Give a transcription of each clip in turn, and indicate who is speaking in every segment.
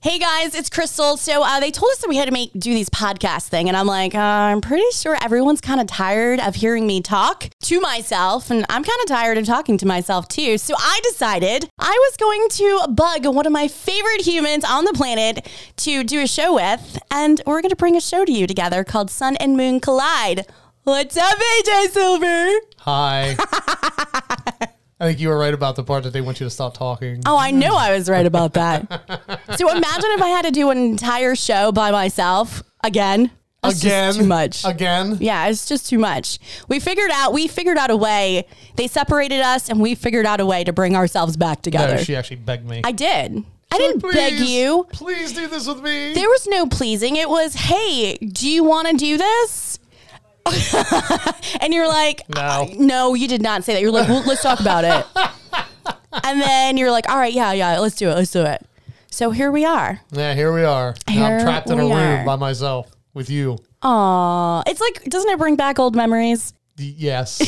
Speaker 1: hey guys, it's Crystal. So uh, they told us that we had to make do these podcast thing, and I'm like, uh, I'm pretty sure everyone's kind of tired of hearing me talk to myself, and I'm kind of tired of talking to myself too. So I decided I was going to bug one of my favorite humans on the planet to do a show with, and we're going to bring a show to you together called Sun and Moon Collide. What's up, AJ Silver?
Speaker 2: Hi. I think you were right about the part that they want you to stop talking.
Speaker 1: Oh, I know I was right about that. so imagine if I had to do an entire show by myself again. It's just
Speaker 2: again.
Speaker 1: too much.
Speaker 2: Again.
Speaker 1: yeah, it's just too much. We figured out we figured out a way. They separated us and we figured out a way to bring ourselves back together.
Speaker 2: No, she actually begged me.
Speaker 1: I did. I didn't beg
Speaker 2: Please,
Speaker 1: you.
Speaker 2: Please do this with me.
Speaker 1: There was no pleasing. It was, "Hey, do you want to do this?" and you're like,
Speaker 2: No.
Speaker 1: "Uh, no, you did not say that." You're like, well, "Let's talk about it." and then you're like, "All right, yeah, yeah, let's do it. Let's do it." So here we are.
Speaker 2: yeah, here we are. Now
Speaker 1: Here
Speaker 2: I'm trapped in a
Speaker 1: we
Speaker 2: room
Speaker 1: are.
Speaker 2: by myself with you.
Speaker 1: Aw, it's like, doesn't it bring back old memories?
Speaker 2: Y- Yes.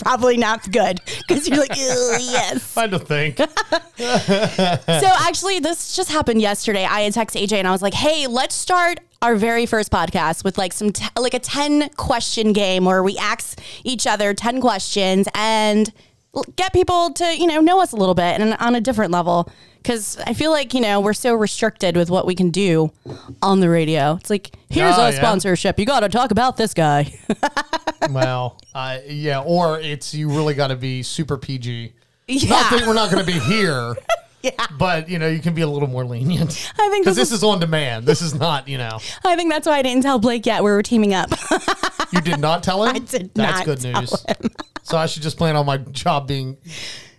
Speaker 1: Probably not good because you're like, "Ew, yes.
Speaker 2: I don't think.
Speaker 1: so actually, this just happened yesterday. I had texted AJ and I was like, "Hey, let's start our very first podcast with like some t- like a ten question game where we ask each other ten questions and l- get people to you know know us a little bit and on a different level." Because I feel like you know we're so restricted with what we can do on the radio. It's like here's
Speaker 2: Oh,
Speaker 1: a
Speaker 2: yeah.
Speaker 1: sponsorship. You got to talk about this guy.
Speaker 2: well, I yeah, or it's you really got to be super PG. Not that
Speaker 1: yeah,
Speaker 2: we're not going to be here. yeah. But, you know, you can be a little more lenient.
Speaker 1: I think
Speaker 2: Because
Speaker 1: this, is.
Speaker 2: this is on demand. This is not, you know.
Speaker 1: I think that's why I didn't tell Blake yet where we're teaming up.
Speaker 2: You did not tell him? I
Speaker 1: did
Speaker 2: That's
Speaker 1: not
Speaker 2: good news. so I should just plan on my job being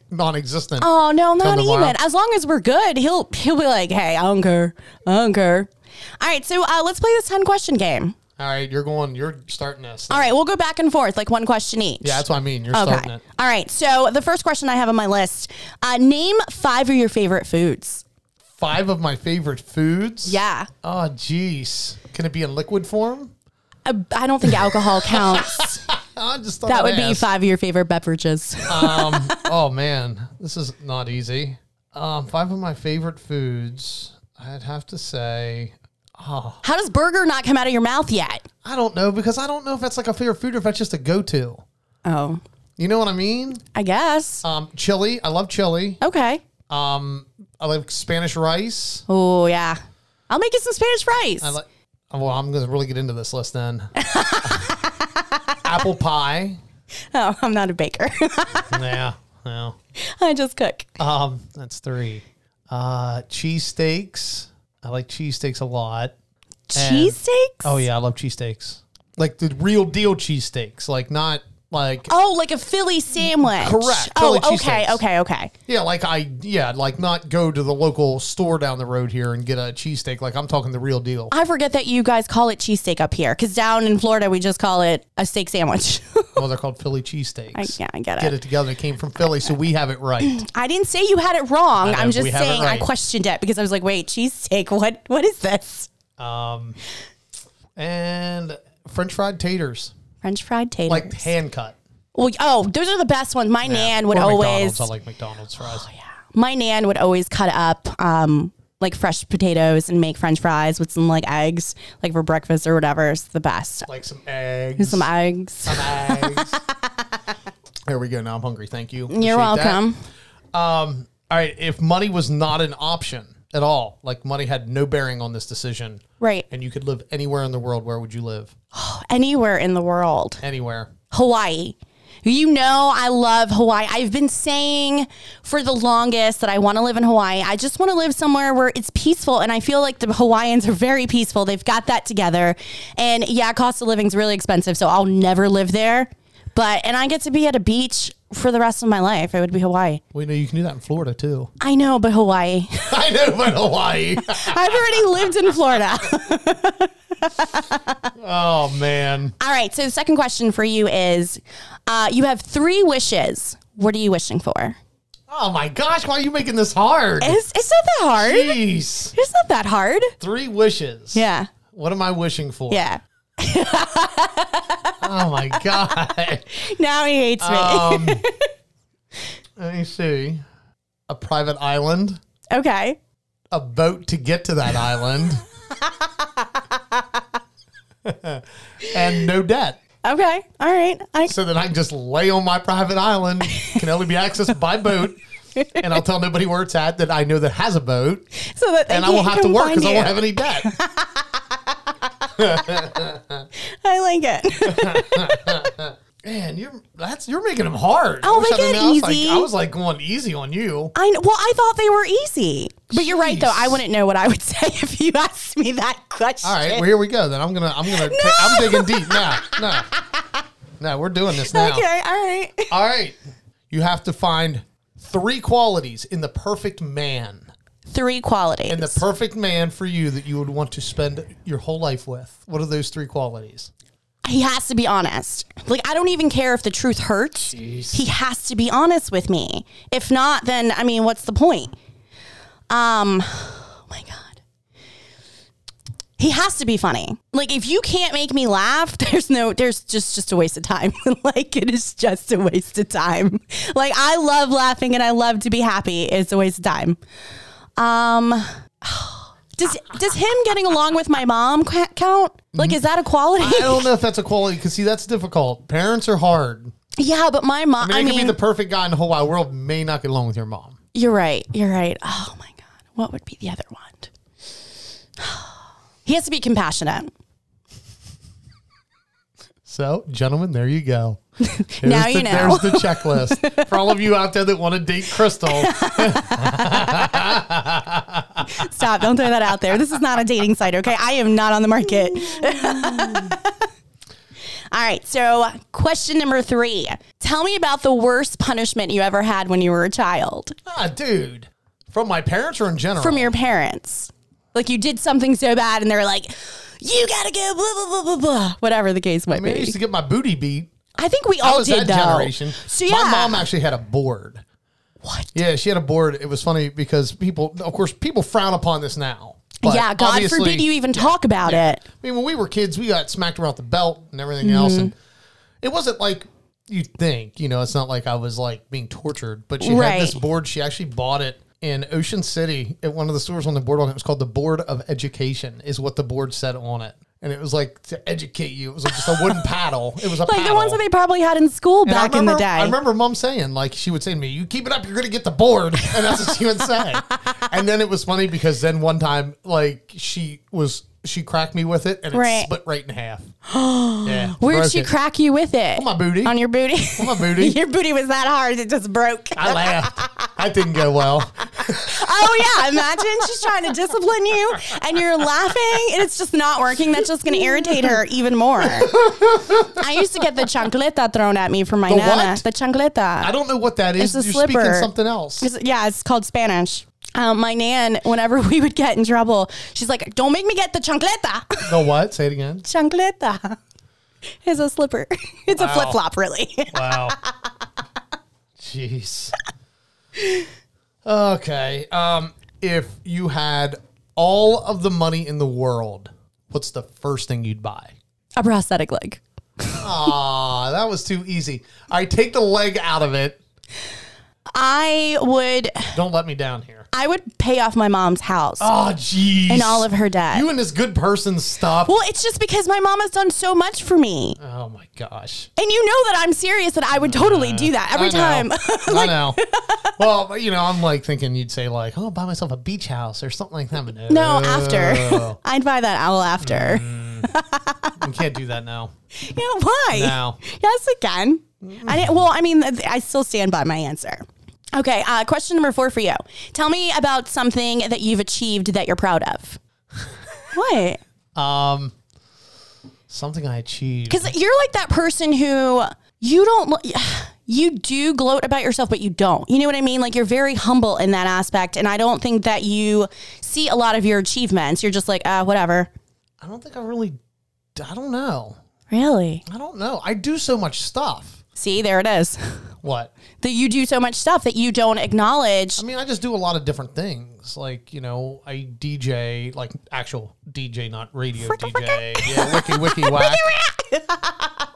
Speaker 2: non existent.
Speaker 1: Oh no, not
Speaker 2: tomorrow.
Speaker 1: even. As long as we're good, he'll he'll be like, "Hey, I don't care, I don't care." All right, so uh, let's play this ten question game.
Speaker 2: All right, you're going, you're starting this.
Speaker 1: All right, we'll go back and forth, like one question each.
Speaker 2: Yeah, that's what I mean. You're
Speaker 1: okay.
Speaker 2: starting it.
Speaker 1: All right, so the first question I have on my list: uh, Name five of your favorite foods.
Speaker 2: Five of my favorite foods.
Speaker 1: Yeah,
Speaker 2: Oh, jeez. Can it be in liquid form?
Speaker 1: I, Uh, I don't think alcohol counts.
Speaker 2: I just thought
Speaker 1: that
Speaker 2: I'd
Speaker 1: would be
Speaker 2: ask.
Speaker 1: five of your favorite beverages.
Speaker 2: um, oh man, this is not easy. Um, five of my favorite foods. I'd have to say
Speaker 1: How does burger not come out of your mouth yet?
Speaker 2: I don't know because I don't know if that's like a favorite food or if that's just a go-to.
Speaker 1: Oh,
Speaker 2: You know what I mean?
Speaker 1: I guess.
Speaker 2: Um, chili. I love chili.
Speaker 1: Okay.
Speaker 2: Um, I like Spanish rice.
Speaker 1: Oh yeah, I'll make you some Spanish rice.
Speaker 2: I like. oh, Well, I'm gonna really get into this list then. Apple pie.
Speaker 1: oh, I'm not a baker.
Speaker 2: Yeah. Yeah.
Speaker 1: I just cook.
Speaker 2: Um, that's three. Uh, cheesesteaks. I like cheesesteaks a lot. And-
Speaker 1: Cheesesteaks?
Speaker 2: Oh yeah, I love cheesesteaks. Like the real deal cheesesteaks. Like not like
Speaker 1: Oh, like a Philly sandwich.
Speaker 2: Correct.
Speaker 1: Oh,
Speaker 2: Philly cheese
Speaker 1: okay,
Speaker 2: steaks.
Speaker 1: okay, okay.
Speaker 2: yeah, like I yeah, like not go to the local store down the road here and get a cheesesteak. Like I'm talking the real deal.
Speaker 1: I forget that you guys call it cheesesteak up here because down in Florida, we just call it a steak sandwich.
Speaker 2: well, they're called Philly cheesesteaks.
Speaker 1: I- yeah, I get
Speaker 2: Get
Speaker 1: it.
Speaker 2: it together. It came from Philly, so we have it right.
Speaker 1: I didn't say you had it wrong.
Speaker 2: know,
Speaker 1: I'm just
Speaker 2: we have it
Speaker 1: saying
Speaker 2: right.
Speaker 1: I questioned it because I was like, wait, cheesesteak? What? What is this?
Speaker 2: Um, and French fried taters,
Speaker 1: French fried taters.
Speaker 2: like hand cut.
Speaker 1: well, oh, those are the best ones. My nan would
Speaker 2: Or
Speaker 1: always. Oh,
Speaker 2: McDonald's. I like McDonald's fries.
Speaker 1: my nan would always cut up um, like fresh potatoes and make French fries with some like eggs, like for breakfast or whatever. It's the best.
Speaker 2: Like some eggs.
Speaker 1: Some eggs.
Speaker 2: eggs. there we go. Now I'm hungry. Thank you. Appreciate
Speaker 1: You're
Speaker 2: that.
Speaker 1: welcome.
Speaker 2: Um, all right. If money was not an option at all, like money had no bearing on this decision,
Speaker 1: Right.
Speaker 2: and you could live anywhere in the world, where would you live?
Speaker 1: Anywhere in the world.
Speaker 2: Anywhere.
Speaker 1: Hawaii. You know, I love Hawaii. I've been saying for the longest that I want to live in Hawaii. I just want to live somewhere where it's peaceful. And I feel like the Hawaiians are very peaceful. They've got that together. And yeah, cost of living's really expensive. So I'll never live there. But, and I get to be at a beach for the rest of my life. It would be Hawaii.
Speaker 2: Well, you know, you can do that in Florida too.
Speaker 1: I know, but Hawaii.
Speaker 2: I know, but Hawaii.
Speaker 1: I've already lived in Florida.
Speaker 2: oh man.
Speaker 1: All right. So the second question for you is uh, you have three wishes. What are you wishing for?
Speaker 2: Oh my gosh. Why are you making this hard?
Speaker 1: It's, it's not that hard.
Speaker 2: Jeez.
Speaker 1: It's not that hard.
Speaker 2: Three wishes.
Speaker 1: Yeah.
Speaker 2: What am I wishing for?
Speaker 1: Yeah.
Speaker 2: Oh my god.
Speaker 1: Now he hates
Speaker 2: Um, let me see. A private island.
Speaker 1: me. Okay.
Speaker 2: a boat to get to that island. and no debt.
Speaker 1: Okay. All right. I,
Speaker 2: So that I can just lay on my private island, can only be accessed by boat. And I'll tell nobody where it's at that I know that has a boat.
Speaker 1: so that they
Speaker 2: And I won't
Speaker 1: can't
Speaker 2: have to
Speaker 1: come
Speaker 2: work
Speaker 1: find
Speaker 2: because I
Speaker 1: you.
Speaker 2: won't have any debt.
Speaker 1: I like it.
Speaker 2: Man, you're that's you're making them hard.
Speaker 1: Oh,
Speaker 2: I wish
Speaker 1: make
Speaker 2: I
Speaker 1: it
Speaker 2: didn't know. I was like-
Speaker 1: easy.
Speaker 2: I was like going easy on you.
Speaker 1: I well, I thought they were easy, but you're right though. I
Speaker 2: Jeez.
Speaker 1: wouldn't know what I would say if you asked me that question.
Speaker 2: All right, well here we go. Then I'm gonna I'm gonna ta- I'm digging deep now. No, no, we're doing this now.
Speaker 1: Okay. All right.
Speaker 2: All right, you have to find three qualities in the perfect man,
Speaker 1: Three qualities.
Speaker 2: in the perfect man for you that you would want to spend your whole life with. What are those three qualities?
Speaker 1: he has to be honest. Like I don't even care if the truth hurts. He has to be honest with me. If not, then I mean, what's the point? Um, oh my god. He has to be funny. Like if you can't make me laugh, there's no there's just just a waste of time. like it is just a waste of time. Like I love laughing and I love to be happy. It's a waste of time. Um does does him getting along with my mom ca- count? Like is that a quality?
Speaker 2: Mm-hmm. I don't know if that's a quality because see that's difficult. Parents are hard.
Speaker 1: Yeah, but my mom.
Speaker 2: I mean,
Speaker 1: I
Speaker 2: it
Speaker 1: mean,
Speaker 2: could be the perfect guy in the whole wide world may not get along with your mom.
Speaker 1: you're right. You're right. Oh my god, what would be the other one? he has to be compassionate.
Speaker 2: So, gentlemen, there you go. There's
Speaker 1: Now
Speaker 2: the,
Speaker 1: you know.
Speaker 2: There's the checklist for all of you out there that want to date Crystal.
Speaker 1: Stop! Don't throw that out there. This is not a dating site. Okay, I am not on the market. All right. So, question number three. Tell me about the worst punishment you ever had when you were a child
Speaker 2: ah, dude, from my parents or in general?
Speaker 1: from your parents. Like you did something so bad, and they're like, "You gotta go." Blah blah blah blah blah. Whatever the case might
Speaker 2: I mean, I
Speaker 1: be.
Speaker 2: used to get my booty beat.
Speaker 1: I think we
Speaker 2: I
Speaker 1: all
Speaker 2: was
Speaker 1: did
Speaker 2: that
Speaker 1: Oh, though.
Speaker 2: generation.
Speaker 1: So yeah,
Speaker 2: My mom actually had a board.
Speaker 1: What?
Speaker 2: Yeah, she had a board. It was funny because people, of course, people frown upon this now. But
Speaker 1: yeah, God
Speaker 2: obviously-
Speaker 1: forbid you even talk about it.
Speaker 2: I mean, when we were kids, we got smacked around the belt and everything else, and
Speaker 1: Mm-hmm.
Speaker 2: it wasn't like you think. You know, it's not like I was like being tortured. But she had this
Speaker 1: Right.
Speaker 2: board. She actually bought it in Ocean City at one of the stores on the boardwalk. It was called the Board of Education, is what the board said on it, and it was like to educate you. It was like just a wooden paddle. It was a
Speaker 1: Like
Speaker 2: paddle.
Speaker 1: the ones that they probably had in school
Speaker 2: And I
Speaker 1: back in the
Speaker 2: remember-
Speaker 1: day.
Speaker 2: I remember mom saying, like, she would say to me, You keep it up, you're going to get the board. And that's what she would say. and then it was funny because then one time, like, she was, she cracked me with it and it
Speaker 1: Right.
Speaker 2: split right in half. yeah.
Speaker 1: Where'd
Speaker 2: broke
Speaker 1: she
Speaker 2: it.
Speaker 1: crack you with it?
Speaker 2: On my booty.
Speaker 1: On your booty.
Speaker 2: On my booty.
Speaker 1: your booty was that hard it just broke.
Speaker 2: I laughed. That didn't go well.
Speaker 1: oh yeah, imagine she's trying to discipline you and you're laughing and it's just not working. That's just going to irritate her even more. I used to get the chancleta thrown at me from my
Speaker 2: The
Speaker 1: nana.
Speaker 2: what?
Speaker 1: The chancleta.
Speaker 2: I don't know what that is.
Speaker 1: It's a
Speaker 2: You're speaking
Speaker 1: slipper.
Speaker 2: something else.
Speaker 1: It's- yeah, it's called Spanish. Um, my nan, whenever we would get in trouble, she's like, "Don't make me get the chancleta."
Speaker 2: The what? Say it again.
Speaker 1: chancleta is a slipper. It's a
Speaker 2: Wow.
Speaker 1: flip flop, really.
Speaker 2: Wow. Jeez. Okay. Um, if you had all of the money in the world, what's the first thing you'd buy?
Speaker 1: a prosthetic leg.
Speaker 2: Aw, that was too easy. All right, take the leg out of it.
Speaker 1: I would,
Speaker 2: Don't let me down here.
Speaker 1: I would pay off my mom's house
Speaker 2: Oh, jeez.
Speaker 1: and all of her debt.
Speaker 2: You and this good person stuff.
Speaker 1: well, it's just because my mom has done so much for me,
Speaker 2: Oh my gosh.
Speaker 1: and you know that I'm serious that I would totally do that every
Speaker 2: I know.
Speaker 1: time.
Speaker 2: I know. Well, you know, I'm like thinking you'd say like, "Oh, buy myself a beach house or something like that." But no,
Speaker 1: no, after I'd buy that owl after.
Speaker 2: Mm. you can't do that now.
Speaker 1: Yeah, why?
Speaker 2: No.
Speaker 1: Yes, I can. I didn't, well, I mean, th- I still stand by my answer. Okay, uh, question number four for you. Tell me about something that you've achieved that you're proud of. what?
Speaker 2: Um, something I achieved.
Speaker 1: Because you're like that person who you don't. lo- You do gloat about yourself, but you don't. You know what I mean? Like you're very humble in that aspect, and I don't think that you see a lot of your achievements. You're just like, ah, whatever.
Speaker 2: I don't think I really. I don't know.
Speaker 1: Really?
Speaker 2: I don't know. I do so much stuff.
Speaker 1: See, there it is.
Speaker 2: What?
Speaker 1: That you do so much stuff that you don't acknowledge.
Speaker 2: I mean, I just do a lot of different things. Like, you know, I DJ, like actual DJ, not radio DJ. Yeah, wiki wiki whack.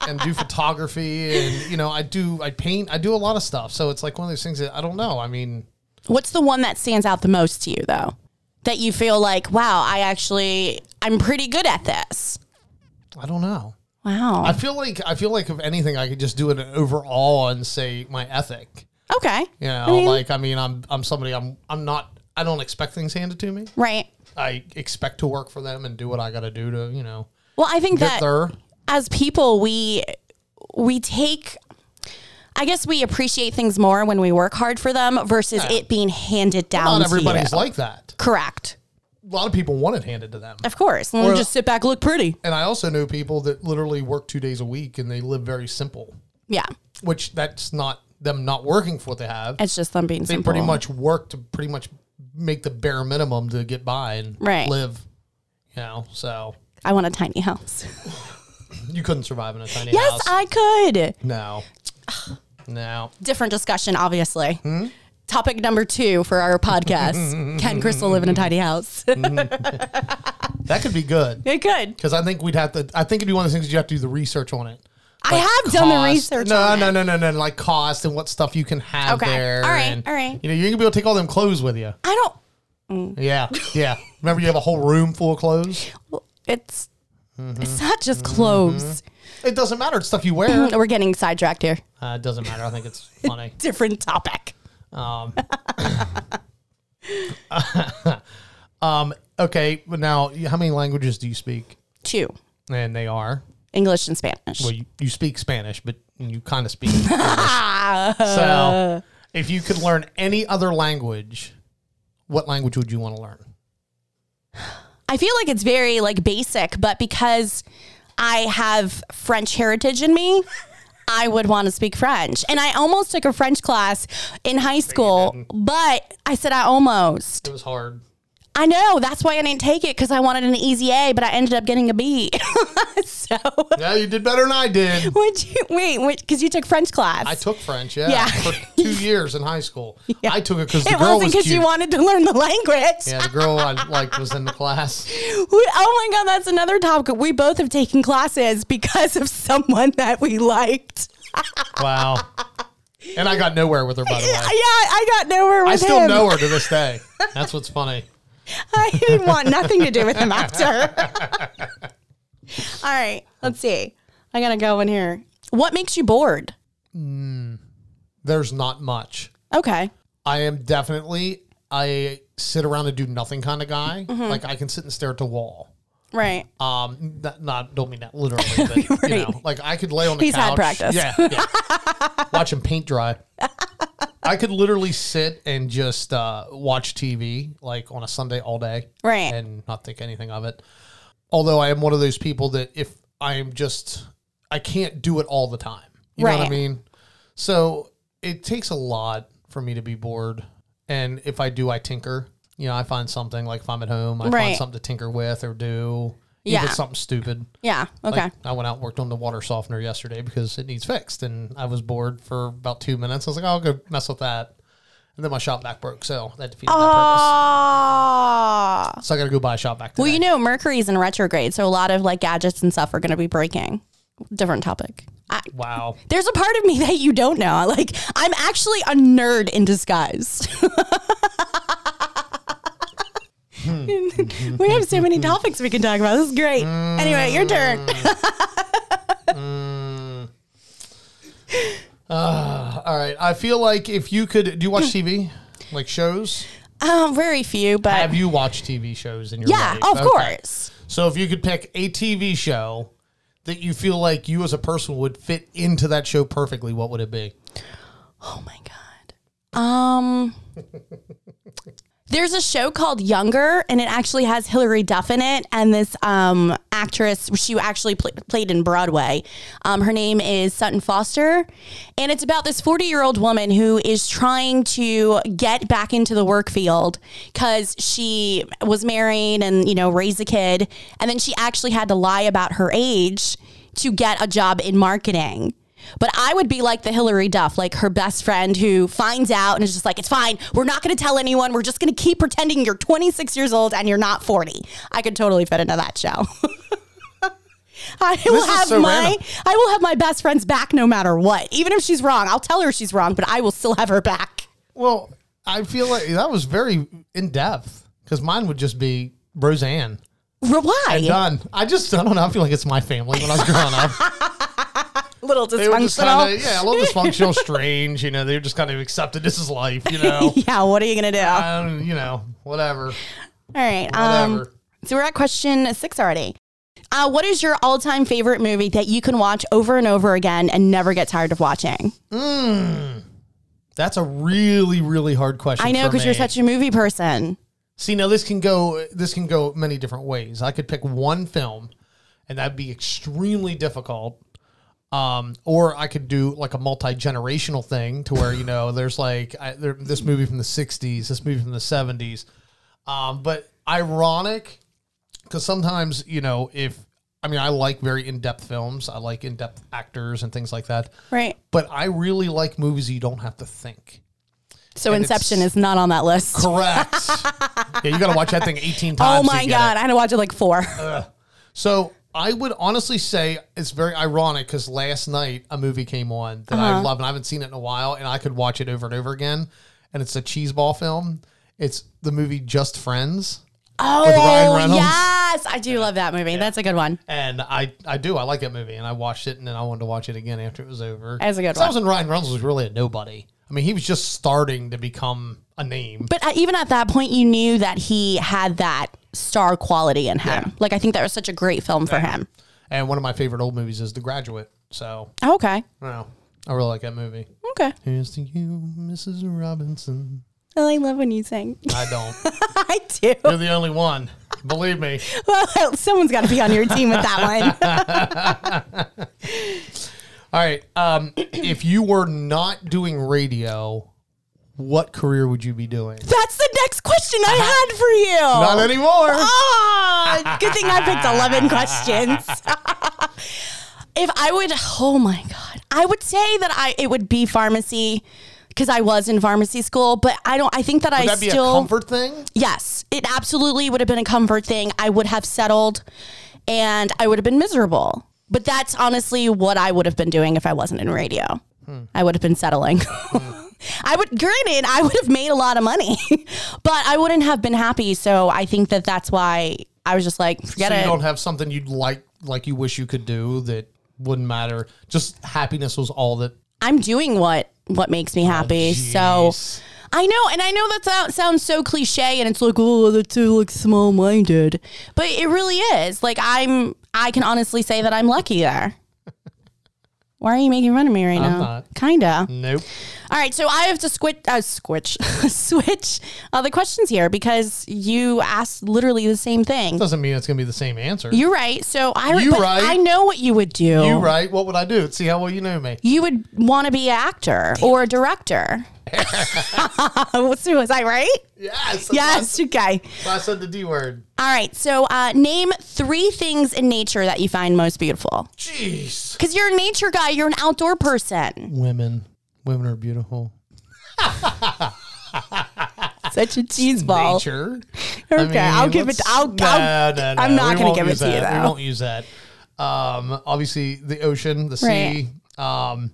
Speaker 2: and do photography, and you know, I do, I paint, I do a lot of stuff. So it's like one of those things that I don't know. I mean,
Speaker 1: What's the one that stands out the most to you, though? that you feel like, wow, I actually, I'm pretty good at this?
Speaker 2: I don't know. I
Speaker 1: Wow.
Speaker 2: feel like I feel like if anything, I could just do an overall and say my ethic.
Speaker 1: Okay.
Speaker 2: You know,
Speaker 1: I mean-
Speaker 2: like I mean, I'm I'm somebody I'm I'm not I don't expect things handed to me.
Speaker 1: Right.
Speaker 2: I expect to work for them and do what I got to do to you know
Speaker 1: Well, I think
Speaker 2: get
Speaker 1: that
Speaker 2: there.
Speaker 1: as people, we we take. I guess we appreciate things more when we work hard for them versus it being handed down.
Speaker 2: Not
Speaker 1: to you.
Speaker 2: everybody's like that.
Speaker 1: correct.
Speaker 2: A lot of people want it handed to them.
Speaker 1: Of course. And
Speaker 2: Or-
Speaker 1: just sit back, look pretty.
Speaker 2: And I also know people that literally work two days a week and they live very simple,
Speaker 1: Yeah.
Speaker 2: which that's not them not working for what they have.
Speaker 1: It's just them being
Speaker 2: they
Speaker 1: simple.
Speaker 2: pretty much work to pretty much make the bare minimum to get by and
Speaker 1: Right.
Speaker 2: live. You know, so
Speaker 1: I want a tiny house.
Speaker 2: you couldn't survive in a tiny
Speaker 1: Yes,
Speaker 2: house.
Speaker 1: I could.
Speaker 2: no, no.
Speaker 1: Different discussion, obviously. Topic number two for our podcast Can Crystal live in a tiny house?
Speaker 2: That could be good
Speaker 1: it could.
Speaker 2: because I think we'd have to. I think it'd be one of the things you have to do the research on it.
Speaker 1: I have done the research.
Speaker 2: No,
Speaker 1: on
Speaker 2: no,
Speaker 1: it.
Speaker 2: no, no, no, Like cost and what stuff you can have
Speaker 1: Okay.
Speaker 2: there.
Speaker 1: All right,
Speaker 2: and,
Speaker 1: all right.
Speaker 2: You know, you're gonna be able to take all them clothes with you.
Speaker 1: I don't.
Speaker 2: Yeah, yeah. Remember, you have a whole room full of clothes.
Speaker 1: Well, it's
Speaker 2: Mm-hmm.
Speaker 1: it's not just clothes.
Speaker 2: It doesn't matter. It's stuff you wear.
Speaker 1: We're getting sidetracked here.
Speaker 2: Uh, it doesn't matter. I think it's funny.
Speaker 1: Different topic.
Speaker 2: Um, okay, but now, how many languages do you speak?
Speaker 1: Two.
Speaker 2: And they are.
Speaker 1: English and Spanish.
Speaker 2: Well, you, you speak Spanish, but you kind of speak. Spanish.
Speaker 1: Ah. Uh.
Speaker 2: so, if you could learn any other language, what language would you want to learn?
Speaker 1: I feel like it's very like basic, but because I have French heritage in me, I would want to speak French. And I almost took a French class in high school, but I said I almost.
Speaker 2: It was hard.
Speaker 1: I know that's why I didn't take it because I wanted an easy A, but I ended up getting a B. so
Speaker 2: Yeah, you did better than I did.
Speaker 1: would you wait? Because you took French class.
Speaker 2: I took French, yeah,
Speaker 1: Yeah.
Speaker 2: for two years in high school. I took it because the
Speaker 1: it
Speaker 2: girl
Speaker 1: wasn't
Speaker 2: was
Speaker 1: because
Speaker 2: cute.
Speaker 1: you wanted to learn the language.
Speaker 2: yeah, the girl I liked was in the class.
Speaker 1: We, oh my God, that's another topic. We both have taken classes because of someone that we liked.
Speaker 2: Wow. And I got nowhere with her, by the
Speaker 1: Yeah,
Speaker 2: way.
Speaker 1: I got nowhere with
Speaker 2: I still
Speaker 1: him.
Speaker 2: know her to this day. That's what's funny.
Speaker 1: I didn't want nothing to do with him after. All right, let's see. I gotta go in here. What makes you bored?
Speaker 2: There's not much.
Speaker 1: Okay.
Speaker 2: I am definitely I sit around and do nothing kind of guy.
Speaker 1: Mm-hmm.
Speaker 2: Like I can sit and stare at the wall.
Speaker 1: Right.
Speaker 2: Um, not, not don't mean that literally, but you know, like I could lay on the
Speaker 1: He's had
Speaker 2: couch.
Speaker 1: practice.
Speaker 2: Yeah, yeah. watch him paint dry. I could literally sit and just uh, watch TV like on a Sunday all day,
Speaker 1: Right.
Speaker 2: and not think anything of it. Although I am one of those people that if I am just I can't do it all the time. You know what I
Speaker 1: Right.
Speaker 2: mean? So it takes a lot for me to be bored, and if I do, I tinker. You know, I find something like if I'm at home, I find
Speaker 1: Right.
Speaker 2: something to tinker with or do. Even
Speaker 1: Yeah.
Speaker 2: if it's something stupid.
Speaker 1: Yeah. Okay.
Speaker 2: Like, I went out and worked on the water softener yesterday because it needs fixed, and I was bored for about two minutes. I was like, "Oh, I'll go mess with that, and then my shop back broke, so that defeated my
Speaker 1: Ah.
Speaker 2: purpose. So I got to go buy a shop back. Today.
Speaker 1: well, you know, Mercury's in retrograde, so a lot of like gadgets and stuff are gonna be breaking. Different topic. I,
Speaker 2: wow,
Speaker 1: there's a part of me that you don't know. Like, I'm actually a nerd in disguise. we have so many topics we can talk about. This is great. Anyway, your turn.
Speaker 2: all right. I feel like if you could, do you watch TV, like shows?
Speaker 1: Um, very few, but
Speaker 2: Mm. Have you watched TV shows in your
Speaker 1: yeah,
Speaker 2: life?
Speaker 1: of
Speaker 2: Okay.
Speaker 1: course.
Speaker 2: So if you could pick a TV show that you feel like you as a person would fit into that show perfectly, what would it be?
Speaker 1: Oh my god. Um, there's a show called Younger, and it actually has Hilary Duff in it, and this um actress she actually pl- played in Broadway. Um, her name is Sutton Foster, and it's about this 40 year old woman who is trying to get back into the work field because she was married and you know raised a kid, and then she actually had to lie about her age to get a job in marketing. But I would be like the Hillary Duff, like her best friend who finds out and is just like, it's fine. We're not going to tell anyone. We're just going to keep pretending you're 26 years old and you're not 40. I could totally fit into that show. I will
Speaker 2: is
Speaker 1: have
Speaker 2: so
Speaker 1: my
Speaker 2: random.
Speaker 1: I will have my best friend's back no matter what. Even if she's wrong, I'll tell her she's wrong, but I will still have her back.
Speaker 2: Well, I feel like that was very in depth. because mine would just be Roseanne.
Speaker 1: R- Why?
Speaker 2: And done. I just I don't know. I feel like it's my family when I was growing up.
Speaker 1: Little
Speaker 2: They were just
Speaker 1: dysfunctional.
Speaker 2: kind of yeah, a little dysfunctional, strange. You know, they were just kind of accepted. This is life. You know,
Speaker 1: yeah, what are you gonna do?
Speaker 2: um, you know, whatever,
Speaker 1: All right.
Speaker 2: whatever.
Speaker 1: Um, so we're at question six already. Uh, what is your all-time favorite movie that you can watch over and over again and never get tired of watching?
Speaker 2: That's a really really hard question.
Speaker 1: I know
Speaker 2: for
Speaker 1: because you're
Speaker 2: me.
Speaker 1: such a movie person.
Speaker 2: See, now this can go this can go many different ways. I could pick one film, and that'd be extremely difficult. Um, or I could do like a multi generational thing to where you know there's like I, there, this movie from the '60s, this movie from the '70s. Um, but ironic, because sometimes you know if I mean I like very in depth films, I like in depth actors and things like that.
Speaker 1: Right.
Speaker 2: But I really like movies you don't have to think.
Speaker 1: So
Speaker 2: And
Speaker 1: Inception
Speaker 2: it's-
Speaker 1: is not on that list.
Speaker 2: Correct. yeah, you got to watch that thing 18 times.
Speaker 1: Oh
Speaker 2: to
Speaker 1: my
Speaker 2: get it. Uh,
Speaker 1: god, I had to watch it like four.
Speaker 2: So I would honestly say it's very ironic because last night a movie came on that
Speaker 1: Uh-huh.
Speaker 2: I love and I haven't seen it in a while, and I could watch it over and over again. And it's a cheeseball film. It's the movie Just Friends, Ryan
Speaker 1: oh
Speaker 2: Reynolds?
Speaker 1: yes, I do love that movie. That's a good one.
Speaker 2: and I I do I like that movie, and I watched it, and then I wanted to watch it again after it was over.
Speaker 1: That's a good
Speaker 2: 'Cause I was in Ryan Reynolds was really a nobody. I mean, he was just starting to become a name.
Speaker 1: But uh, even at that point, you knew that he had that star quality in him. Like I think that was such a great film for him.
Speaker 2: And one of my favorite old movies is The Graduate. So
Speaker 1: Okay.
Speaker 2: I don't know. I really like that movie.
Speaker 1: Okay.
Speaker 2: Here's to you, Mrs. Robinson.
Speaker 1: Oh, I love when you sing.
Speaker 2: I don't.
Speaker 1: I do.
Speaker 2: You're the only one. Believe me.
Speaker 1: Well, someone's got to be on your team with that one.
Speaker 2: All right. Um, if you were not doing radio, what career would you be doing?
Speaker 1: That's the next question I had for you.
Speaker 2: Uh-huh. Not anymore.
Speaker 1: Oh, good thing I picked 11 questions. if I would, oh my God, I would say that I it would be pharmacy because I was in pharmacy school, but I don't, I think that I
Speaker 2: Would that be
Speaker 1: still,
Speaker 2: a comfort thing?
Speaker 1: yes, it absolutely would have been a comfort thing. I would have settled and I would have been miserable. But that's honestly what I would have been doing if I wasn't in radio.
Speaker 2: Hmm.
Speaker 1: I would have been settling. I would, granted, I would have made a lot of money, but I wouldn't have been happy. So I think that that's why I was just like, forget
Speaker 2: so you
Speaker 1: it.
Speaker 2: don't have something you'd like, like you wish you could do that wouldn't matter. Just happiness was all that.
Speaker 1: I'm doing what what makes me happy. so
Speaker 2: Oh, Jeez.
Speaker 1: I know, and I know that sou- sounds so cliche, and it's like, oh, that's so like small minded, but it really is. Like I'm, I can honestly say that I'm lucky there. Why are you making fun of me right now?
Speaker 2: not. Mm.
Speaker 1: Kinda.
Speaker 2: Nope.
Speaker 1: All right, so I have to squit, uh, squitch, switch uh, the questions here because you asked literally the same thing.
Speaker 2: Doesn't mean it's going to be the same answer. You,
Speaker 1: You're right. So I,
Speaker 2: You
Speaker 1: but
Speaker 2: right.
Speaker 1: I know what you would do.
Speaker 2: right? What would I do? See how well you know me.
Speaker 1: You would want to be an actor or a director. What's was I right?
Speaker 2: Yes. that's
Speaker 1: Yes. Okay.
Speaker 2: why I said the D word.
Speaker 1: All right. So, uh, name three things in nature that you find most beautiful.
Speaker 2: Jeez.
Speaker 1: Because you're a nature guy. You're an outdoor person.
Speaker 2: Women. Women are beautiful.
Speaker 1: Such a cheese ball.
Speaker 2: Nature.
Speaker 1: Okay, I'll give it-
Speaker 2: let's-
Speaker 1: I'll- I'll- I'm not
Speaker 2: we
Speaker 1: gonna
Speaker 2: won't
Speaker 1: give it
Speaker 2: use
Speaker 1: to you,
Speaker 2: that.
Speaker 1: though.
Speaker 2: We won't use that. Um, obviously, the ocean, the sea. Um,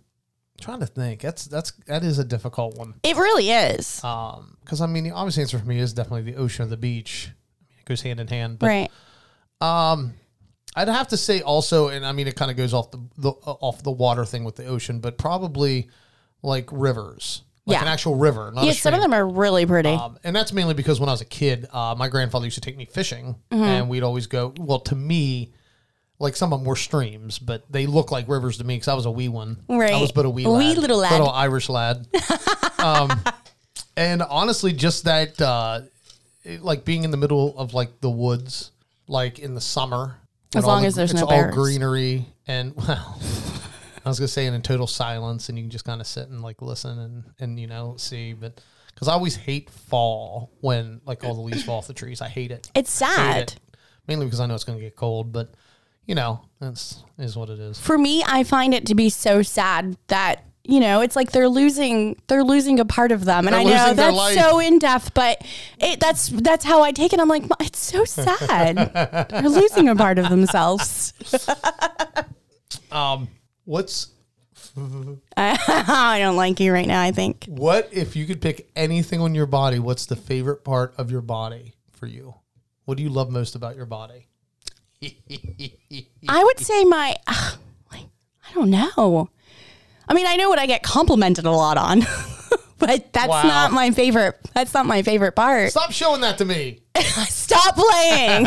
Speaker 2: trying to think. That's that's that is a difficult one.
Speaker 1: It really is.
Speaker 2: Um, because I mean, the obvious answer for me is definitely the ocean or the beach. It goes hand in hand. But
Speaker 1: right.
Speaker 2: I'd have to say also, and I mean, it kind of goes off the, the uh, off the water thing with the ocean, but probably like rivers, like
Speaker 1: Yeah.
Speaker 2: an actual river. Not
Speaker 1: Yeah.
Speaker 2: a
Speaker 1: Some
Speaker 2: stream.
Speaker 1: of them are really pretty.
Speaker 2: Um, and that's mainly because when I was a kid, uh, my grandfather used to take me fishing,
Speaker 1: Mm-hmm.
Speaker 2: and we'd always go. Well, to me, like some of them were streams, but they look like rivers to me because I was a wee one. I was
Speaker 1: Right.
Speaker 2: but a wee,
Speaker 1: A wee
Speaker 2: lad,
Speaker 1: little lad.
Speaker 2: little Irish lad. um, and honestly, just that, uh, it- like being in the middle of like the woods, like in the summer. when
Speaker 1: As
Speaker 2: all
Speaker 1: long
Speaker 2: the-
Speaker 1: as there's
Speaker 2: it's
Speaker 1: no
Speaker 2: all
Speaker 1: bears.
Speaker 2: greenery and well. I was gonna say in total silence, and you can just kind of sit and like listen and and you know see, but because I always hate fall when like all the leaves fall off the trees, I hate it.
Speaker 1: it's
Speaker 2: Hate
Speaker 1: sad.
Speaker 2: it. mainly because I know it's gonna get cold, but you know that's is what it is.
Speaker 1: For me, I find it to be so sad that you know it's like they're losing they're losing a part of them, and
Speaker 2: They're
Speaker 1: I know
Speaker 2: losing their
Speaker 1: that's
Speaker 2: life.
Speaker 1: so in depth, but it, that's that's how I take it. I'm like, "Ma, it's so sad. they're losing a part of themselves.
Speaker 2: Um, what's
Speaker 1: I don't like you right now. I think.
Speaker 2: what if you could pick anything on your body? What's the favorite part of your body? for you? What do you love most about your body?
Speaker 1: I would say my, ugh, like, I don't know. I mean, I know what I get complimented a lot on, but that's
Speaker 2: Wow.
Speaker 1: not my favorite. That's not my favorite part.
Speaker 2: Stop showing that to me.
Speaker 1: Stop playing.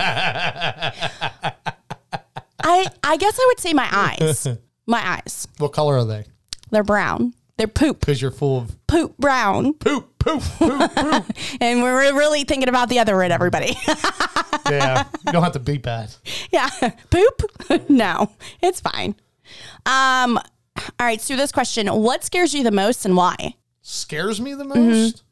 Speaker 1: I I guess I would say my eyes. My eyes.
Speaker 2: What color are they?
Speaker 1: They're brown. They're poop,
Speaker 2: Because you're full of
Speaker 1: poop brown.
Speaker 2: poop, poop, poop, poop.
Speaker 1: And we're really thinking about the other word, everybody.
Speaker 2: yeah, you don't have to beat that.
Speaker 1: yeah. Poop? no, it's fine. Um, all right. So, this question What scares you the most and why?
Speaker 2: Scares me the most.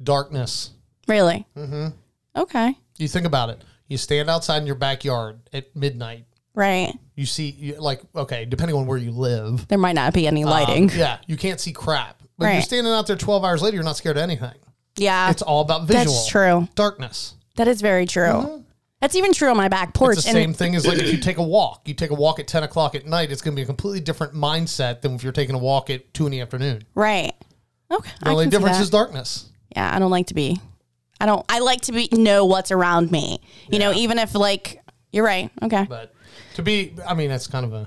Speaker 2: Darkness.
Speaker 1: Really? Mm-hmm. Okay.
Speaker 2: You think about it. You stand outside in your backyard at midnight.
Speaker 1: Right.
Speaker 2: You see, you, like, okay, depending on where you live,
Speaker 1: There might not be any
Speaker 2: Um,
Speaker 1: lighting.
Speaker 2: yeah, you can't see crap. But if you're
Speaker 1: Right.
Speaker 2: standing out there 12 hours later, you're not scared of anything.
Speaker 1: yeah.
Speaker 2: It's all about visual.
Speaker 1: That's true.
Speaker 2: Darkness.
Speaker 1: That is very true. That's even true on my back porch.
Speaker 2: Mm-hmm. It's the
Speaker 1: and
Speaker 2: same thing as like if you take a walk. You take a walk at 10 o'clock at night, it's going to be a completely different mindset than if you're taking a walk at 2 in the afternoon.
Speaker 1: right. Okay.
Speaker 2: The
Speaker 1: I
Speaker 2: only
Speaker 1: can see
Speaker 2: difference
Speaker 1: that.
Speaker 2: is darkness.
Speaker 1: yeah, I don't like to be. I don't. I like to be know what's around me. You know, even if like you're right. Okay.
Speaker 2: But to be, I mean, that's kind of a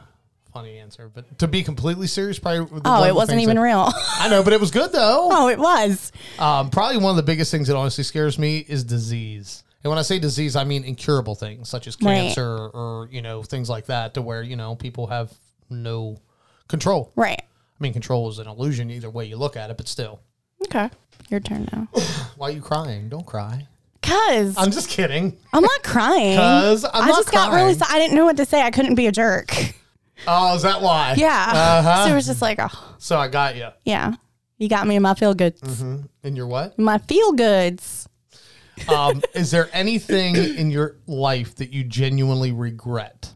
Speaker 2: funny answer. But to be completely serious, probably. the
Speaker 1: Oh,
Speaker 2: one
Speaker 1: it
Speaker 2: of the
Speaker 1: wasn't
Speaker 2: things
Speaker 1: even
Speaker 2: that-
Speaker 1: real.
Speaker 2: I know, but it was good though.
Speaker 1: oh, it was.
Speaker 2: Um, probably one of the biggest things that honestly scares me is disease. And when I say disease, I mean incurable things such as
Speaker 1: Right.
Speaker 2: cancer or you know things like that, to where you know people have no control.
Speaker 1: Right.
Speaker 2: I mean, control is an illusion either way you look at it, but still.
Speaker 1: Okay. Your turn now.
Speaker 2: Why are you crying? Don't cry.
Speaker 1: Cause
Speaker 2: I'm just kidding.
Speaker 1: I'm not crying.
Speaker 2: 'Cause I'm
Speaker 1: I
Speaker 2: not
Speaker 1: just got really.
Speaker 2: crying.
Speaker 1: si- I didn't know what to say. I couldn't be a jerk.
Speaker 2: Oh, is that why?
Speaker 1: Yeah.
Speaker 2: Uh-huh.
Speaker 1: So it was just like, oh,
Speaker 2: So I got you.
Speaker 1: yeah. You got me in my feel goods.
Speaker 2: Mm-hmm. And you're what?
Speaker 1: My feel goods.
Speaker 2: Um, is there anything in your life that you genuinely regret?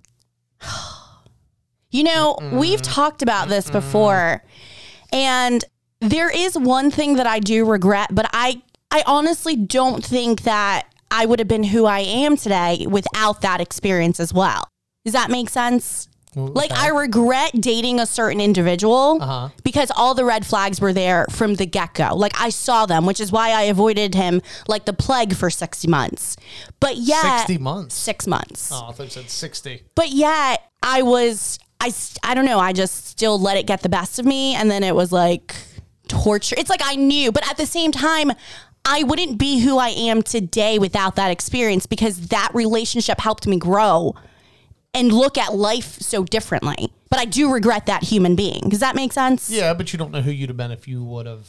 Speaker 1: You know, we've talked about this before. And there is one thing that I do regret, but I I honestly don't think that I would have been who I am today without that experience as well. Does that make sense? Like I regret dating a certain individual
Speaker 2: Uh-huh.
Speaker 1: because all the red flags were there from the get-go. Like I saw them, which is why I avoided him like the plague for 60 months. But yet
Speaker 2: 60 months.
Speaker 1: 6 months
Speaker 2: Oh, I thought you said 60.
Speaker 1: but yet I was I s- I don't know I just still let it get the best of me and then it was like torture it's like I knew but at the same time I wouldn't be who I am today without that experience because that relationship helped me grow and look at life so differently but I do regret that human being does that make sense
Speaker 2: Yeah, but you don't know who you'd have been if you would have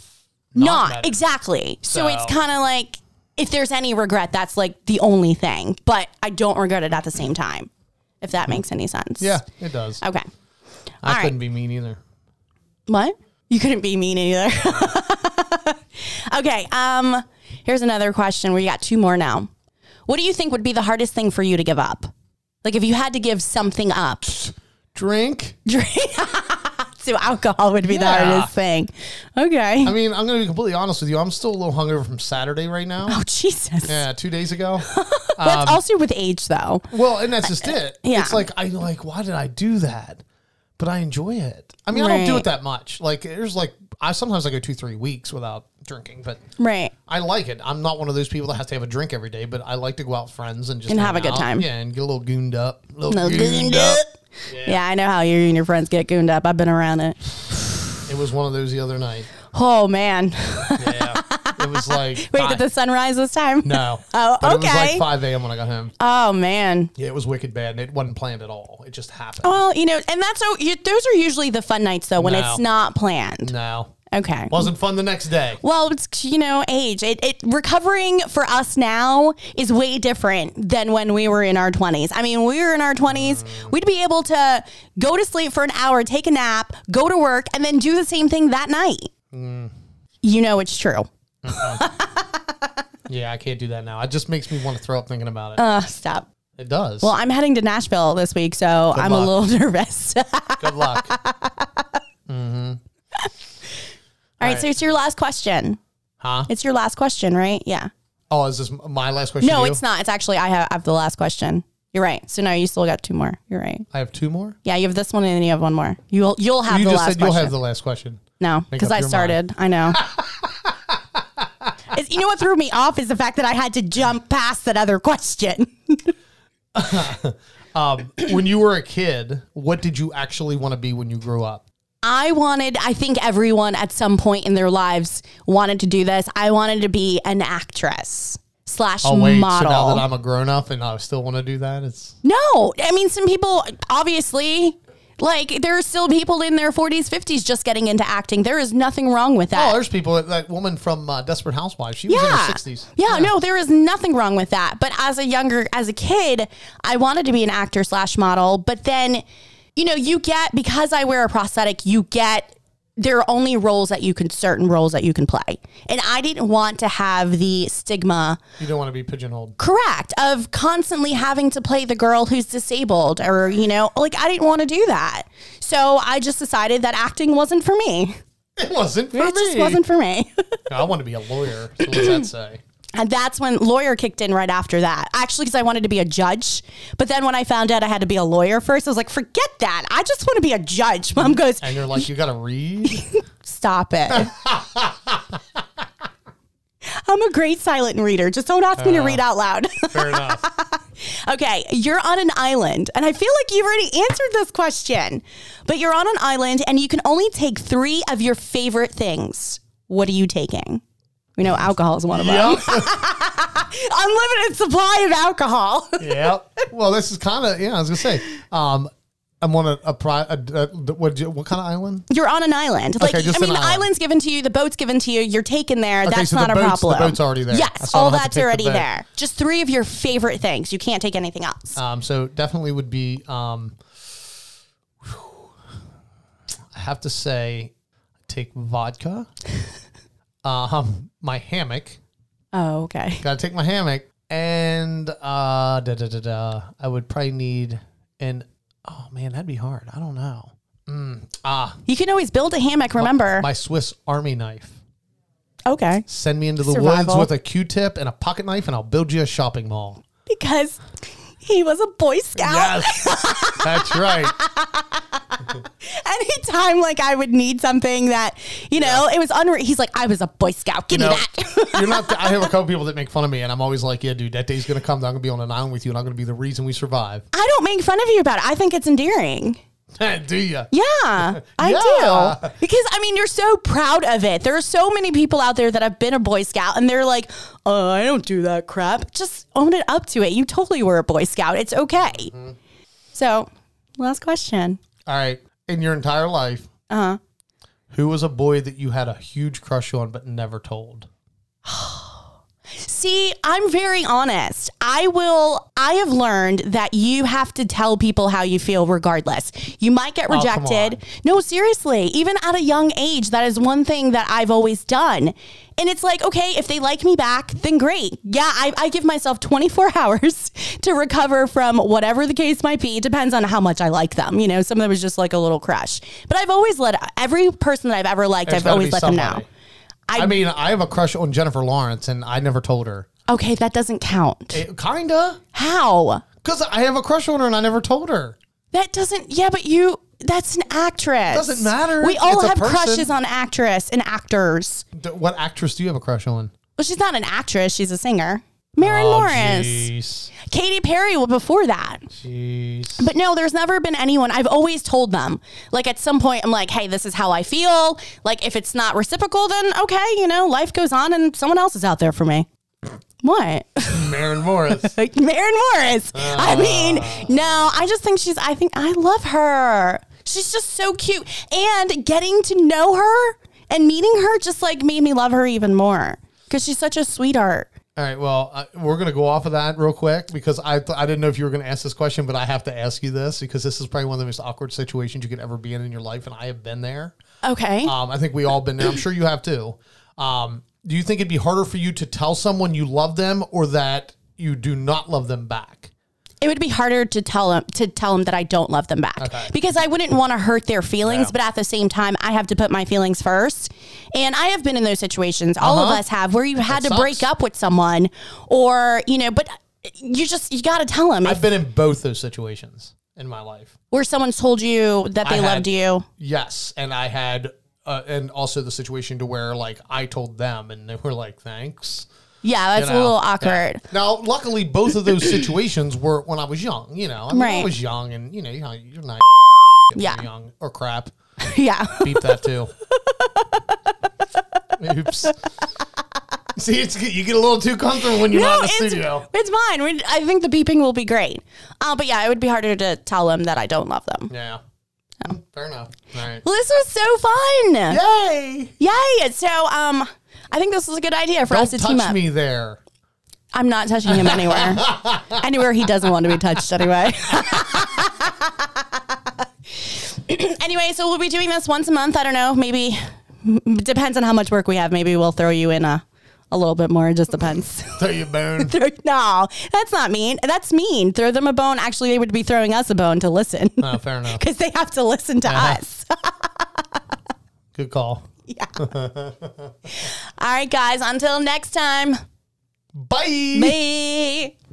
Speaker 1: not,
Speaker 2: met him.
Speaker 1: exactly so,
Speaker 2: So-
Speaker 1: it's kind of like if there's any regret that's like the only thing but I don't regret it at the same time if that makes any sense
Speaker 2: Yeah, it does.
Speaker 1: okay
Speaker 2: I
Speaker 1: Oh, right.
Speaker 2: couldn't be mean either.
Speaker 1: What? You couldn't be mean either. okay. Um, here's another question. We got two more now. What do you think would be the hardest thing for you to give up? Like if you had to give something up,
Speaker 2: Drink.
Speaker 1: drink. so alcohol would be the
Speaker 2: Yeah.
Speaker 1: hardest thing. Okay.
Speaker 2: I mean, I'm going to be completely honest with you. I'm still a little hungover from Saturday right now.
Speaker 1: oh Jesus.
Speaker 2: Yeah, um, two days ago.
Speaker 1: That's also with age though.
Speaker 2: Well, and that's just it.
Speaker 1: yeah.
Speaker 2: It's like I like. Why did I do that? But I enjoy it. I mean, I don't do
Speaker 1: Right.
Speaker 2: it that much. Like there's like I sometimes I go two three weeks without drinking, but
Speaker 1: Right.
Speaker 2: I like it. I'm not one of those people that has to have a drink every day, but I like to go out with friends and just
Speaker 1: And
Speaker 2: hang
Speaker 1: have a good
Speaker 2: out.
Speaker 1: time.
Speaker 2: Yeah, and get a little gooned up. A little,
Speaker 1: No gooned up. Yeah. I know how you and your friends get gooned up. I've been around it.
Speaker 2: It was one of those the other night.
Speaker 1: Oh man.
Speaker 2: Yeah, it was like
Speaker 1: Wait,
Speaker 2: five-
Speaker 1: did the sun rise this time?
Speaker 2: no.
Speaker 1: Oh,
Speaker 2: But It was
Speaker 1: okay.
Speaker 2: like 5 a.m. when I got home.
Speaker 1: Oh man.
Speaker 2: Yeah, it was wicked bad, and it wasn't planned at all. It just happened.
Speaker 1: Well, you know, and that's oh, you, those are usually the fun nights though when
Speaker 2: No.
Speaker 1: it's not planned.
Speaker 2: No,
Speaker 1: Okay.
Speaker 2: wasn't fun the next day.
Speaker 1: Well, it's you know, age. It, it recovering for us now is way different than when we were in our twenties. I mean, we were in our twenties, we'd be able to go to sleep for an hour, take a nap, go to work, and then do the same thing that night.
Speaker 2: Mm.
Speaker 1: You know, it's true.
Speaker 2: Yeah, I can't do that now. It just makes me want to throw up thinking about it.
Speaker 1: Uh, stop.
Speaker 2: it does.
Speaker 1: Well, I'm heading to Nashville this week, so I'm a
Speaker 2: luck.
Speaker 1: little nervous. All
Speaker 2: Good luck,
Speaker 1: right, so it's your last question.
Speaker 2: huh?
Speaker 1: It's your last question, right? Yeah.
Speaker 2: Oh, is this my last question?
Speaker 1: No,
Speaker 2: to you?
Speaker 1: it's not. It's actually I have, I have the last question. You're right. So now you still got two more. You're right.
Speaker 2: I have two more.
Speaker 1: Yeah, you have this one and then you have one more. You'll you'll have
Speaker 2: You
Speaker 1: the
Speaker 2: just
Speaker 1: last
Speaker 2: said
Speaker 1: question.
Speaker 2: you'll have the last question.
Speaker 1: no,
Speaker 2: Make
Speaker 1: because
Speaker 2: up
Speaker 1: I
Speaker 2: your
Speaker 1: started. I know. It's- Because you know what threw me off is the fact that I had to jump past that other question.
Speaker 2: Um, when you were a kid, what did you actually want to be when you grew up?
Speaker 1: I wanted, I think everyone at some point in their lives wanted to do this. I wanted to be an actress slash
Speaker 2: Oh wait,
Speaker 1: model.
Speaker 2: so now that I'm a grown up and I still want to do that, it's
Speaker 1: no, I mean, some people, obviously, like there are still people in their 40s, 50s just getting into acting. There is nothing wrong with that.
Speaker 2: oh, there's people that, that woman from uh, Desperate Housewives. She was in her
Speaker 1: Yeah.
Speaker 2: sixties.
Speaker 1: Yeah, no, there is nothing wrong with that. But as a younger, as a kid, I wanted to be an actor slash model. But then, you know, you get because I wear a prosthetic, you get there are only roles that you can certain roles that you can play. And I didn't want to have the stigma
Speaker 2: You don't want to be pigeonholed.
Speaker 1: correct of constantly having to play the girl who's disabled or, you know, like I didn't want to do that. So I just decided that acting wasn't for me.
Speaker 2: It wasn't for
Speaker 1: It
Speaker 2: me.
Speaker 1: just wasn't for me.
Speaker 2: No, I want to be a lawyer. So what's that say?
Speaker 1: And that's when lawyer kicked in right after that. Actually, because I wanted to be a judge. But then when I found out I had to be a lawyer first, I was like, forget that. I just want to be a judge. Mom goes,
Speaker 2: And you're like, you got to read.
Speaker 1: stop it. I'm a great silent reader. Just don't ask me to
Speaker 2: Uh.
Speaker 1: read out loud.
Speaker 2: Fair enough.
Speaker 1: okay, you're on an island. And I feel like you've already answered this question, but you're on an island and you can only take three of your favorite things. What are you taking? We know alcohol is one of them.
Speaker 2: yep.
Speaker 1: Unlimited supply of alcohol.
Speaker 2: yeah. Well, this is kind of yeah. I was gonna say, um, I'm on a, a, pri- a, a what what kind of island?
Speaker 1: You're on an island. Like
Speaker 2: Okay, just
Speaker 1: I mean,
Speaker 2: an
Speaker 1: the
Speaker 2: island.
Speaker 1: island's given to you, the boat's given to you. You're taken there. That's
Speaker 2: so the
Speaker 1: not a
Speaker 2: boat's- the
Speaker 1: problem.
Speaker 2: boat's already there. I
Speaker 1: Yes,
Speaker 2: saw
Speaker 1: all
Speaker 2: I had to
Speaker 1: that's
Speaker 2: take the
Speaker 1: already
Speaker 2: boat.
Speaker 1: there. Just three of your favorite things. You can't take anything else.
Speaker 2: Um, so definitely would be. Um, I have to say, take vodka. um, my hammock.
Speaker 1: oh, okay.
Speaker 2: Gotta take my hammock. And uh, da da da da. I would probably need an. Oh man, that'd be hard. I don't know. Mm, ah,
Speaker 1: You can always build a hammock. Remember?
Speaker 2: my Swiss Army knife.
Speaker 1: okay.
Speaker 2: Send me into the
Speaker 1: Survival.
Speaker 2: woods with a Q-tip and a pocket knife, and I'll build you a shopping mall.
Speaker 1: Because he was a Boy Scout.
Speaker 2: Yes, that's right.
Speaker 1: Anytime like I would need something that you know it was unre. He's like, I was a Boy Scout. Give
Speaker 2: No,
Speaker 1: me that.
Speaker 2: you're not. I have a couple people that make fun of me, and I'm always like, "Yeah, dude, that day's gonna come. That I'm gonna be on an island with you, and I'm gonna be the reason we survive."
Speaker 1: I don't make fun of you about it. I think it's endearing.
Speaker 2: Do you?
Speaker 1: Yeah, I
Speaker 2: Yeah.
Speaker 1: do. Because I mean, you're so proud of it. There are so many people out there that have been a Boy Scout and they're like, oh, I don't do that crap. Just own it up to it. You totally were a Boy Scout. It's okay. So, last question.
Speaker 2: All right. In your entire life, uh-huh. who was a boy that you had a huge crush on but never told?
Speaker 1: See, I'm very honest. I will, I have learned that you have to tell people how you feel regardless. You might get
Speaker 2: Oh, come
Speaker 1: rejected. no, seriously, even at a young age, that is one thing that I've always done. And it's like, okay, if they like me back, then great. Yeah, I, I give myself 24 hours to recover from whatever the case might be. It depends on how much I like them. You know, some of them was just like a little crush. But I've always let every person that I've ever liked,
Speaker 2: There's
Speaker 1: I've
Speaker 2: gotta
Speaker 1: always
Speaker 2: be
Speaker 1: let them
Speaker 2: somebody.
Speaker 1: know.
Speaker 2: I,
Speaker 1: I-
Speaker 2: mean, I have a crush on Jennifer Lawrence, and I never told her.
Speaker 1: Okay, that doesn't count.
Speaker 2: It, kinda,
Speaker 1: how?
Speaker 2: because I have a crush on her, and I never told her.
Speaker 1: That doesn't. Yeah, but you. That's an actress.
Speaker 2: Doesn't matter.
Speaker 1: We all
Speaker 2: It's a
Speaker 1: have
Speaker 2: person.
Speaker 1: crushes on actress and actors.
Speaker 2: D- What actress do you have a crush on?
Speaker 1: Well, she's not an actress. She's a singer. Maren Morris,
Speaker 2: Jeez,
Speaker 1: Katy Perry. Well, before that.
Speaker 2: jeez.
Speaker 1: But no, there's never been anyone. I've always told them. Like at some point, I'm like, hey, this is how I feel. Like if it's not reciprocal, then okay, you know, life goes on and someone else is out there for me. What?
Speaker 2: Maren Morris.
Speaker 1: like Maren Morris. I mean,
Speaker 2: Ah.
Speaker 1: no, I just think she's. I think I love her. She's just so cute, and getting to know her and meeting her just like made me love her even more because she's such a sweetheart.
Speaker 2: All right. Well, uh, we're going to go off of that real quick because I, th- I didn't know if you were going to ask this question, but I have to ask you this because this is probably one of the most awkward situations you could ever be in in your life. And I have been there.
Speaker 1: Okay.
Speaker 2: Um, I think we all been there. I'm sure you have too. Um, do you think it'd be harder for you to tell someone you love them or that you do not love them back?
Speaker 1: it would be harder to tell them to tell them that I don't love them back because I wouldn't want to hurt their feelings,
Speaker 2: Yeah.
Speaker 1: but at the same time, I have to put my feelings first. And I have been in those situations. All of
Speaker 2: Uh-huh.
Speaker 1: us have where you had
Speaker 2: That
Speaker 1: to break
Speaker 2: sucks.
Speaker 1: up with someone, or you know, but you just you got to tell them
Speaker 2: I've been in both those situations in my life.
Speaker 1: where someone told you that they
Speaker 2: I had-
Speaker 1: loved you.
Speaker 2: Yes, and I had uh, and also the situation to where like I told them and they were like, thanks.
Speaker 1: Yeah, that's
Speaker 2: you
Speaker 1: a
Speaker 2: know?
Speaker 1: little
Speaker 2: Yeah.
Speaker 1: awkward.
Speaker 2: Now, luckily, both of those situations were when I was young. You know, I, mean, I
Speaker 1: Right.
Speaker 2: was young, and you know, you know, you're not when
Speaker 1: Yeah.
Speaker 2: you're young or crap.
Speaker 1: Yeah.
Speaker 2: Beep that too. Oops. See, it's you get a little too comfortable when you're not in the
Speaker 1: it's,
Speaker 2: studio.
Speaker 1: it's fine. We- I think the beeping will be great. Uh, but yeah, it would be harder to tell them that I don't love them.
Speaker 2: Yeah.
Speaker 1: Um,
Speaker 2: Fair enough. All right.
Speaker 1: Well, this was so fun.
Speaker 2: Yay!
Speaker 1: Yay. So, um, I think this is a good idea for us to
Speaker 2: Don't
Speaker 1: team
Speaker 2: touch
Speaker 1: up.
Speaker 2: me there.
Speaker 1: I'm not touching him anywhere. anywhere he doesn't want to be touched anyway. anyway, so we'll be doing this once a month. I don't know. Maybe m- depends on how much work we have. Maybe we'll throw you in a a little bit more. It just depends.
Speaker 2: Throw you a bone.
Speaker 1: no, that's not mean. That's mean. Throw them a bone. Actually, they would be throwing us a bone to listen
Speaker 2: No, fair enough.
Speaker 1: because they have to listen to
Speaker 2: Uh-huh.
Speaker 1: us.
Speaker 2: Good call.
Speaker 1: All right, guys. Until next time.
Speaker 2: Bye.
Speaker 1: Bye.